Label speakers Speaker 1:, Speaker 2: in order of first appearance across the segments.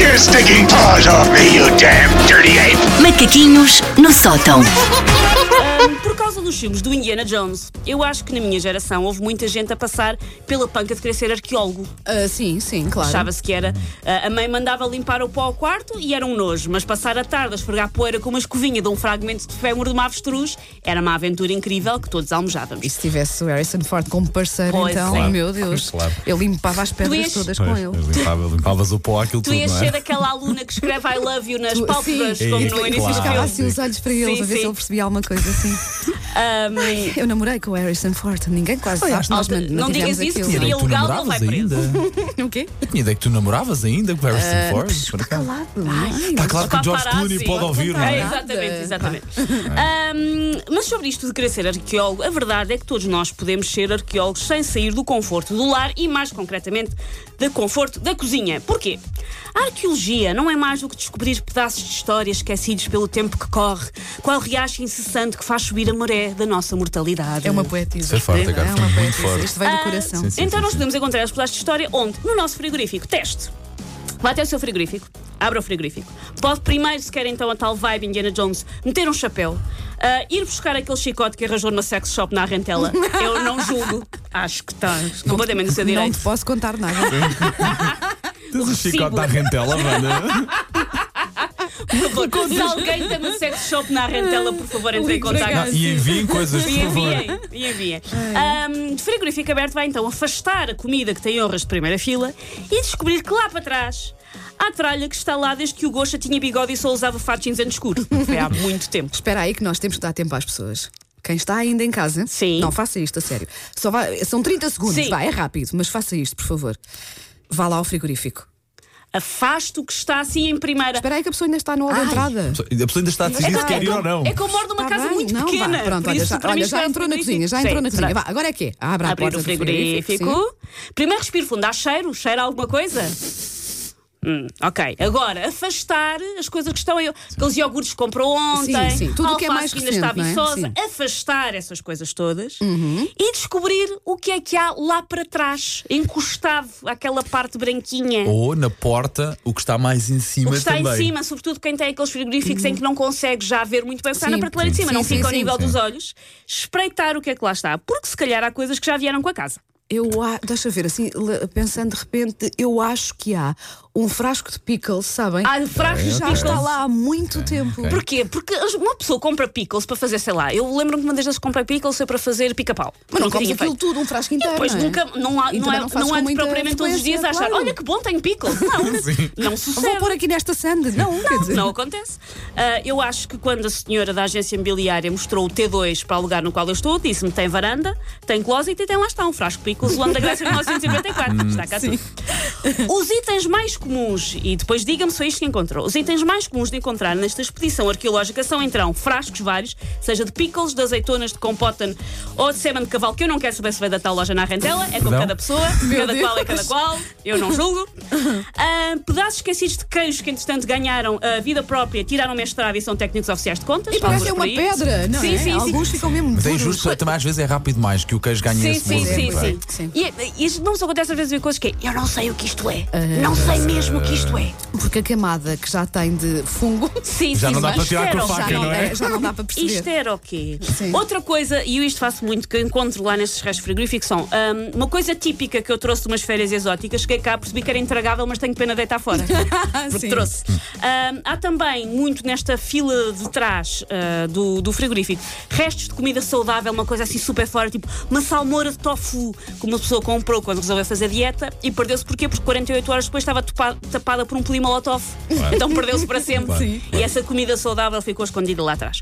Speaker 1: your stinking paws off me, you damn dirty ape!
Speaker 2: Macaquinhos no sótão.
Speaker 3: Por causa dos filmes do Indiana Jones, eu acho que na minha geração houve muita gente a passar pela panca de querer ser arqueólogo.
Speaker 4: Ah, sim, sim, claro.
Speaker 3: Achava-se que era. ah, A mãe mandava limpar o pó ao quarto e era um nojo, mas passar a tarde a esfregar poeira com uma escovinha de um fragmento de fémur de uma avestruz era uma aventura incrível que todos almejávamos.
Speaker 4: E se tivesse o Harrison Ford como parceiro,
Speaker 3: Pois, é.
Speaker 4: então,
Speaker 3: claro.
Speaker 4: meu Deus,
Speaker 5: Claro.
Speaker 4: eu limpava as pedras
Speaker 3: ias-
Speaker 4: todas com
Speaker 5: Pois,
Speaker 4: ele.
Speaker 5: mas limpava- limpavas o pó àquilo
Speaker 3: Tu
Speaker 5: tudo,
Speaker 3: ias
Speaker 5: não é?
Speaker 3: ser aquela aluna que escreve I love you nas
Speaker 4: Tu-
Speaker 3: pálpebras,
Speaker 4: sim.
Speaker 3: como
Speaker 5: E-
Speaker 3: no início
Speaker 5: claro.
Speaker 3: do
Speaker 4: Ficava
Speaker 3: filme.
Speaker 5: Ah,
Speaker 4: assim os olhos para ele,
Speaker 3: Sim,
Speaker 4: a ver
Speaker 3: sim.
Speaker 4: se ele percebia alguma coisa assim.
Speaker 3: Ahm,
Speaker 4: Eu namorei com o Harrison Ford, ninguém quase
Speaker 3: Olha,
Speaker 4: sabe. Nós
Speaker 3: Alta,
Speaker 4: man-
Speaker 3: não
Speaker 4: mantivemos
Speaker 3: digas isso, que
Speaker 4: aquilo. é?
Speaker 3: seria
Speaker 5: Tinha ideia que tu
Speaker 3: legal, ele vai
Speaker 5: namoravas
Speaker 3: preso.
Speaker 5: ainda?
Speaker 4: O quê?
Speaker 5: Eu tinha ideia que tu namoravas ainda com o Harrison Ford. por acaso.
Speaker 3: Ah,
Speaker 4: Calado. Ai,
Speaker 5: Está claro que o George
Speaker 3: Paparazzi.
Speaker 5: Clooney pode ouvir, não
Speaker 3: É,
Speaker 5: é?
Speaker 3: exatamente, exatamente. Ahm, mas sobre isto de querer ser arqueólogo, a verdade é que todos nós podemos ser arqueólogos sem sair do conforto do lar e, mais concretamente, do conforto da cozinha. Porquê? A arqueologia não é mais do que descobrir pedaços de história esquecidos pelo tempo que corre, qual riacho incessante que faz subir a maré da nossa mortalidade.
Speaker 4: É uma poetisa.
Speaker 5: Isso é forte, agora
Speaker 4: é
Speaker 5: foi
Speaker 4: uma
Speaker 5: muito
Speaker 4: poetisa.
Speaker 5: forte.
Speaker 4: Isto vai do coração.
Speaker 5: Sim, sim,
Speaker 3: então
Speaker 5: sim,
Speaker 3: nós
Speaker 5: sim.
Speaker 3: podemos encontrar os pedaços de história onde? No nosso frigorífico. Teste. Vá até o seu frigorífico. Abra o frigorífico. Pode primeiro, se quer então a tal vibe Indiana Jones, meter um chapéu, ah, ir buscar aquele chicote que arranjou numa sex shop na Rentela. Eu não julgo. Acho que tá. estás completamente no seu
Speaker 4: Não
Speaker 3: direito.
Speaker 4: te posso contar nada.
Speaker 5: Tens o
Speaker 3: recibo.
Speaker 5: chicote à rentela, mano.
Speaker 3: Por favor, se alguém tem uma sex shop na Rentela, por favor, entre em
Speaker 4: Ligue para
Speaker 3: contato.
Speaker 4: cá.
Speaker 5: E enviem coisas, por
Speaker 3: E
Speaker 5: favor.
Speaker 3: enviem, e enviem. Ahm, de frigorífico aberto vai então afastar a comida que tem honras de primeira fila e descobrir que lá para trás há a tralha que está lá desde que o Gosta tinha bigode e só usava fatos cinzento escuro. Foi há muito tempo.
Speaker 4: Espera aí que nós temos que dar tempo às pessoas. Quem está ainda em casa,
Speaker 3: Sim.
Speaker 4: não faça isto, a sério. Só vai- são 30 segundos,
Speaker 3: Sim.
Speaker 4: vai, é rápido, mas faça isto, por favor. Vá lá ao frigorífico.
Speaker 3: Afaste o que está assim em primeira.
Speaker 4: Espera aí que a pessoa ainda está na hora de entrada.
Speaker 5: A pessoa ainda está a
Speaker 4: É
Speaker 5: decidir
Speaker 4: que-
Speaker 5: se quer ir ou não.
Speaker 3: É que eu moro numa
Speaker 4: Está
Speaker 3: casa
Speaker 4: bem,
Speaker 3: muito
Speaker 4: não,
Speaker 3: pequena.
Speaker 4: Vá, pronto,
Speaker 3: por
Speaker 4: olha,
Speaker 3: isso
Speaker 4: já,
Speaker 3: para mim
Speaker 4: olha,
Speaker 3: isto
Speaker 4: já
Speaker 3: é
Speaker 4: entrou na cozinha,
Speaker 3: frigorífico.
Speaker 4: já entrou na
Speaker 3: Sim,
Speaker 4: cozinha.
Speaker 3: será-
Speaker 4: Vá, agora é que é? Abra a
Speaker 3: Abrir
Speaker 4: porta
Speaker 3: o
Speaker 4: do frigorífico.
Speaker 3: frigorífico. Primeiro respiro fundo. Há cheiro? Cheira a alguma coisa? Hum, ok, agora afastar as coisas que estão aí. Aqueles iogurtes que comprou ontem,
Speaker 4: Sim, sim. Tudo
Speaker 3: a
Speaker 4: o que é
Speaker 3: alface
Speaker 4: mais
Speaker 3: ainda está
Speaker 4: recente, não é? Uhum.
Speaker 3: viçosa, afastar essas coisas todas e descobrir o que é que há lá para trás, encostado àquela parte branquinha.
Speaker 5: Ou na porta, o que está mais em
Speaker 3: O
Speaker 5: cima
Speaker 3: que está
Speaker 5: Oh, também.
Speaker 3: em cima, sobretudo quem tem aqueles frigoríficos em que não consegue já ver muito bem o que está na
Speaker 4: Sim.
Speaker 3: prateleira de cima,
Speaker 4: Sim,
Speaker 3: não
Speaker 4: sim,
Speaker 3: fica ao
Speaker 4: sim,
Speaker 3: nível
Speaker 4: sim.
Speaker 3: dos olhos, espreitar o que é que lá está, porque se calhar há coisas que já vieram com a casa.
Speaker 4: Eu a- deixa ver, assim, le- pensando de repente, eu acho que há um frasco de pickles, sabem?
Speaker 3: Há frascos
Speaker 4: já
Speaker 3: de
Speaker 4: está
Speaker 3: pickles.
Speaker 4: lá há muito tempo.
Speaker 5: ok.
Speaker 3: Porquê? Porque as- uma pessoa compra pickles para fazer, sei lá, eu lembro-me que uma das vezes comprei pickles foi para fazer pica-pau.
Speaker 4: Mas não
Speaker 3: Nunca
Speaker 4: comes
Speaker 3: tinha
Speaker 4: aquilo
Speaker 3: feito.
Speaker 4: tudo, um frasco inteiro.
Speaker 3: E depois
Speaker 4: não é?
Speaker 3: nunca, não há,
Speaker 4: E
Speaker 3: não,
Speaker 4: também
Speaker 3: é,
Speaker 4: não fazes
Speaker 3: não há de
Speaker 4: com muita
Speaker 3: propriamente todos os dias a
Speaker 4: frequência,
Speaker 3: achar,
Speaker 4: claro.
Speaker 3: olha que bom, tenho pickles. Não, não
Speaker 4: Vou
Speaker 3: sucede.
Speaker 4: pôr aqui nesta sand. Não, quer dizer.
Speaker 3: Não acontece. Ah, eu acho que quando a senhora da agência imobiliária mostrou o T2 para o lugar no qual eu estou, disse-me tem varanda, tem closet e tem lá está um frasco de pickles, Londres da Grécia 1954. está cá tudo. Os itens mais comuns, e depois diga-me só isto que encontrou, os itens mais comuns de encontrar nesta expedição arqueológica são então frascos vários, seja de pickles, de azeitonas, de compota ou de semen de cavalo, que eu não quero saber se veio da tal loja na Rentela, é com
Speaker 5: Não?
Speaker 3: cada pessoa, cada
Speaker 4: Deus.
Speaker 3: qual é cada qual, eu não julgo. Ah, pedaços esquecidos de queijos que, entretanto, ganharam a vida própria, tiraram mestrado e são técnicos oficiais de contas.
Speaker 4: E parece é
Speaker 3: Alguns
Speaker 4: uma
Speaker 3: por aí.
Speaker 4: pedra, não
Speaker 3: sim,
Speaker 4: é?
Speaker 3: Sim, sim,
Speaker 4: Alguns ficam mesmo
Speaker 5: Mas é
Speaker 4: duros.
Speaker 5: injusto, também às vezes é rápido mais que o queijo ganha
Speaker 3: Sim,
Speaker 5: esse
Speaker 3: sim,
Speaker 5: músculo,
Speaker 3: sim,
Speaker 5: não é?
Speaker 3: sim,
Speaker 4: Sim.
Speaker 3: E, e isto não nos acontece às vezes ver coisas que é, eu não sei o que isto é, não sei mesmo o que isto é.
Speaker 4: Porque a camada que já tem de fungo
Speaker 3: Sim,
Speaker 5: Já
Speaker 3: sim,
Speaker 5: não dá
Speaker 3: mas
Speaker 5: para tirar
Speaker 3: isto
Speaker 5: com
Speaker 3: era o
Speaker 5: a faca,
Speaker 4: já,
Speaker 3: quê?
Speaker 4: não
Speaker 5: não é?
Speaker 4: dá- já não dá para perceber.
Speaker 3: Isto era o quê?
Speaker 4: Sim.
Speaker 3: Outra coisa, e eu isto faço muito, que eu encontro lá nesses restos frigoríficos, são hum, uma coisa típica que eu trouxe de umas férias exóticas, cheguei cá, percebi que era intragável, mas tenho pena de deitar fora. Porque
Speaker 4: Sim.
Speaker 3: trouxe. Hum, há também, muito nesta fila de trás ah, do, do frigorífico, restos de comida saudável, uma coisa assim super fora, tipo uma salmoura de tofu, que uma pessoa comprou quando resolveu fazer dieta e perdeu-se porquê? Porque 48 horas depois estava tupa- tapada por um pudim molotov. Então perdeu-se para sempre.
Speaker 5: Claro. Sim.
Speaker 3: E essa comida saudável ficou escondida lá atrás.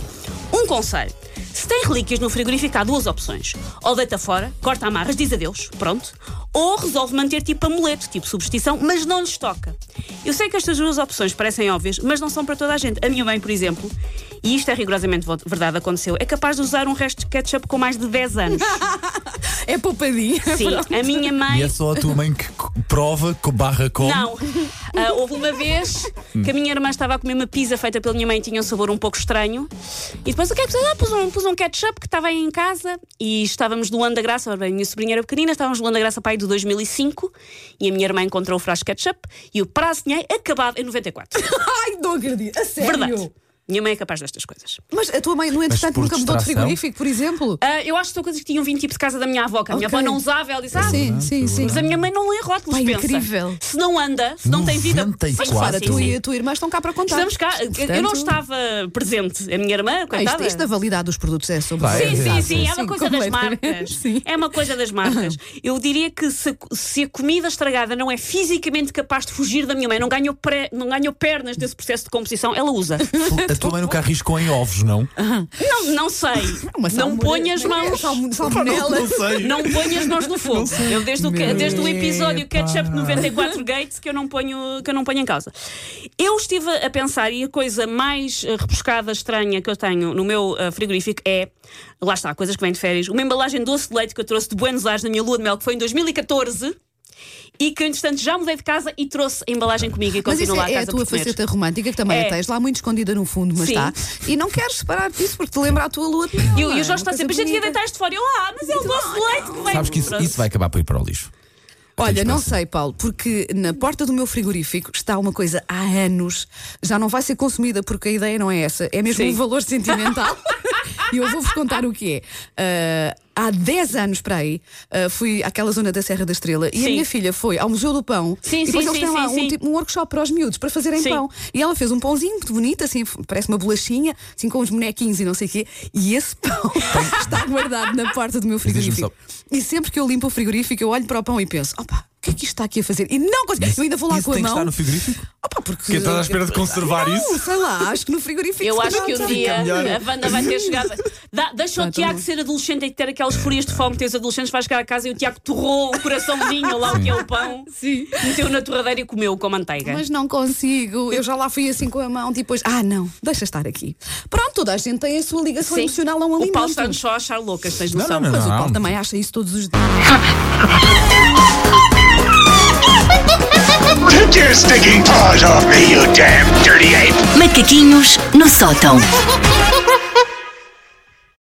Speaker 3: Um conselho. Se tem relíquias no frigorífico, há duas opções. Ou deita fora, corta amarras, diz adeus, pronto. Ou resolve manter tipo amuleto, tipo substituição, mas não lhes toca. Eu sei que estas duas opções parecem óbvias, mas não são para toda a gente. A minha mãe, por exemplo, e isto é rigorosamente vo- verdade, aconteceu, é capaz de usar um resto de ketchup com mais de 10 anos.
Speaker 4: É
Speaker 6: É poupadinha.
Speaker 3: Sim,
Speaker 6: Pronto.
Speaker 3: a minha mãe
Speaker 5: E é só a tua mãe que co- prova co- barra com.
Speaker 3: Não. Ah, houve uma vez que a minha irmã estava a comer uma pizza feita pela minha mãe tinha um sabor um pouco estranho. E depois o que é que pus? Ah, pus um, pus um ketchup que estava aí em casa e estávamos no ano da graça. ora bem, A minha sobrinha era pequenina, estávamos no ano da graça pai de 2005 e a minha irmã encontrou o frasco de ketchup e o prazo tinha acabado em 94.
Speaker 6: Ai, não acredito. A sério.
Speaker 3: Verdade. Minha mãe é capaz destas coisas.
Speaker 4: Mas a tua mãe, no entretanto,
Speaker 5: por
Speaker 4: nunca mudou de
Speaker 5: distração?
Speaker 4: frigorífico, por exemplo?
Speaker 3: Ah, eu acho que são coisas que tinham vindo tipo de casa da minha avó, que a minha
Speaker 4: Ok.
Speaker 3: avó não usava. Ela disse, ah,
Speaker 4: sim, sim, sim.
Speaker 3: mas a minha mãe não lê rótulos,
Speaker 4: Pá,
Speaker 3: pensa.
Speaker 4: incrível.
Speaker 3: Se não anda, se não tem vida. Mas
Speaker 5: 94?
Speaker 3: claro,
Speaker 4: Para
Speaker 3: sim,
Speaker 4: tu
Speaker 3: sim.
Speaker 4: e a tua irmã estão cá para contar.
Speaker 3: Estamos cá. Eu não estava presente. A minha irmã,
Speaker 4: Ah, isto,
Speaker 3: coitada.
Speaker 4: isto da validade dos produtos é sobre
Speaker 5: Vai.
Speaker 3: Sim, sim,
Speaker 5: Exato.
Speaker 3: sim, é uma
Speaker 6: Sim,
Speaker 3: coisa das
Speaker 6: completamente.
Speaker 3: marcas.
Speaker 6: Sim.
Speaker 3: É uma coisa das marcas. Eu diria que se, a- se a comida estragada não é fisicamente capaz de fugir da minha mãe, não ganhou, pré- não ganhou pernas nesse processo de composição, ela usa.
Speaker 5: A tua mãe nunca arriscou em ovos, não?
Speaker 3: Não, não sei.
Speaker 4: Uma
Speaker 3: Não
Speaker 4: salmone-
Speaker 3: ponha as
Speaker 4: Não é
Speaker 3: mãos.
Speaker 4: salmo- Salmonela.
Speaker 5: sei.
Speaker 3: Não ponho as mãos no fogo. Eu desde o, que- desde o episódio
Speaker 5: Epá.
Speaker 3: Ketchup 94 Gates que eu não ponho que eu não ponho em causa. Eu estive a pensar e a coisa mais eh, rebuscada estranha que eu tenho no meu eh, frigorífico é lá está coisas que vêm de férias. Uma embalagem de doce de leite que eu trouxe de Buenos Aires na minha lua de mel que foi em 2014. E que, entretanto, já mudei de casa e trouxe a embalagem comigo e
Speaker 4: Mas
Speaker 3: continuo
Speaker 4: isso
Speaker 3: lá
Speaker 4: é,
Speaker 3: a
Speaker 4: é
Speaker 3: casa
Speaker 4: a tua
Speaker 3: por comer.
Speaker 4: faceta romântica, que também
Speaker 3: É.
Speaker 4: a tens lá muito escondida no fundo, mas
Speaker 3: Sim.
Speaker 4: está. E não queres separar disso porque te lembra a tua lua de mel.
Speaker 3: E, o- e
Speaker 4: não é?
Speaker 3: o Jorge está
Speaker 4: Uma
Speaker 3: sempre, a
Speaker 4: coisa
Speaker 3: gente ia
Speaker 4: bonita.
Speaker 3: deitar isto fora. Eu, ah, mas é o doce de leite que vem.
Speaker 5: Sabes que isso,
Speaker 3: Pronto.
Speaker 5: isso vai acabar por ir para o lixo.
Speaker 4: Olha,
Speaker 5: Tens
Speaker 4: não
Speaker 5: peça.
Speaker 4: sei, Paulo, porque na porta do meu frigorífico está uma coisa há anos, já não vai ser consumida porque a ideia não é essa, é mesmo
Speaker 3: Sim.
Speaker 4: um valor sentimental. E eu vou-vos contar o que é. Ah, há 10 anos para aí, ah, fui àquela zona da Serra da Estrela e a
Speaker 3: Sim.
Speaker 4: minha filha foi ao Museu do Pão
Speaker 3: Sim,
Speaker 4: e depois
Speaker 3: sim,
Speaker 4: eles
Speaker 3: sim,
Speaker 4: têm lá
Speaker 3: sim,
Speaker 4: um,
Speaker 3: sim.
Speaker 4: tipo, um workshop para os miúdos para fazerem
Speaker 3: Sim.
Speaker 4: pão. E ela fez um pãozinho muito bonito, assim, parece uma bolachinha, assim com uns bonequinhos e não sei o quê. E esse pão está guardado na porta do meu
Speaker 5: Mas diz-me
Speaker 4: frigorífico. E sempre que eu limpo o frigorífico, eu olho para o pão e penso: opa, o que é que isto está aqui a fazer? E não consigo. eu ainda vou lá
Speaker 5: isso
Speaker 4: com a
Speaker 5: tem que
Speaker 4: mão.
Speaker 5: estar no frigorífico?
Speaker 4: Opa, porque.
Speaker 5: Porque estás à espera de conservar
Speaker 4: não,
Speaker 5: isso?
Speaker 4: sei lá, acho que no frigorífico.
Speaker 3: Eu
Speaker 4: se
Speaker 3: acho
Speaker 4: calhar
Speaker 3: que um
Speaker 4: já-
Speaker 3: dia
Speaker 5: melhor. então
Speaker 3: a Wanda vai ter chegado. Dá, deixa o
Speaker 4: Vai,
Speaker 3: Tiago
Speaker 4: toma.
Speaker 3: ser adolescente e ter aquelas furias de fome que tem os adolescentes, vai chegar a casa e o Tiago torrou o coraçãozinho lá o que é o pão,
Speaker 4: Sim.
Speaker 3: meteu na torradeira e comeu com manteiga.
Speaker 4: Mas não consigo. Eu já lá fui assim com a mão, depois. Ah, não, deixa estar aqui. Pronto, toda a gente tem a sua ligação
Speaker 3: Sim.
Speaker 4: emocional a um
Speaker 3: o
Speaker 4: alimento.
Speaker 3: Paulo está-nos só a achar loucas, tens
Speaker 5: Não,
Speaker 3: noção?
Speaker 5: não, não.
Speaker 4: Mas o Paulo também acha isso todos os dias.
Speaker 1: Take your stinking paws off me, you damn dirty ape!
Speaker 2: Macaquinhos no sótão.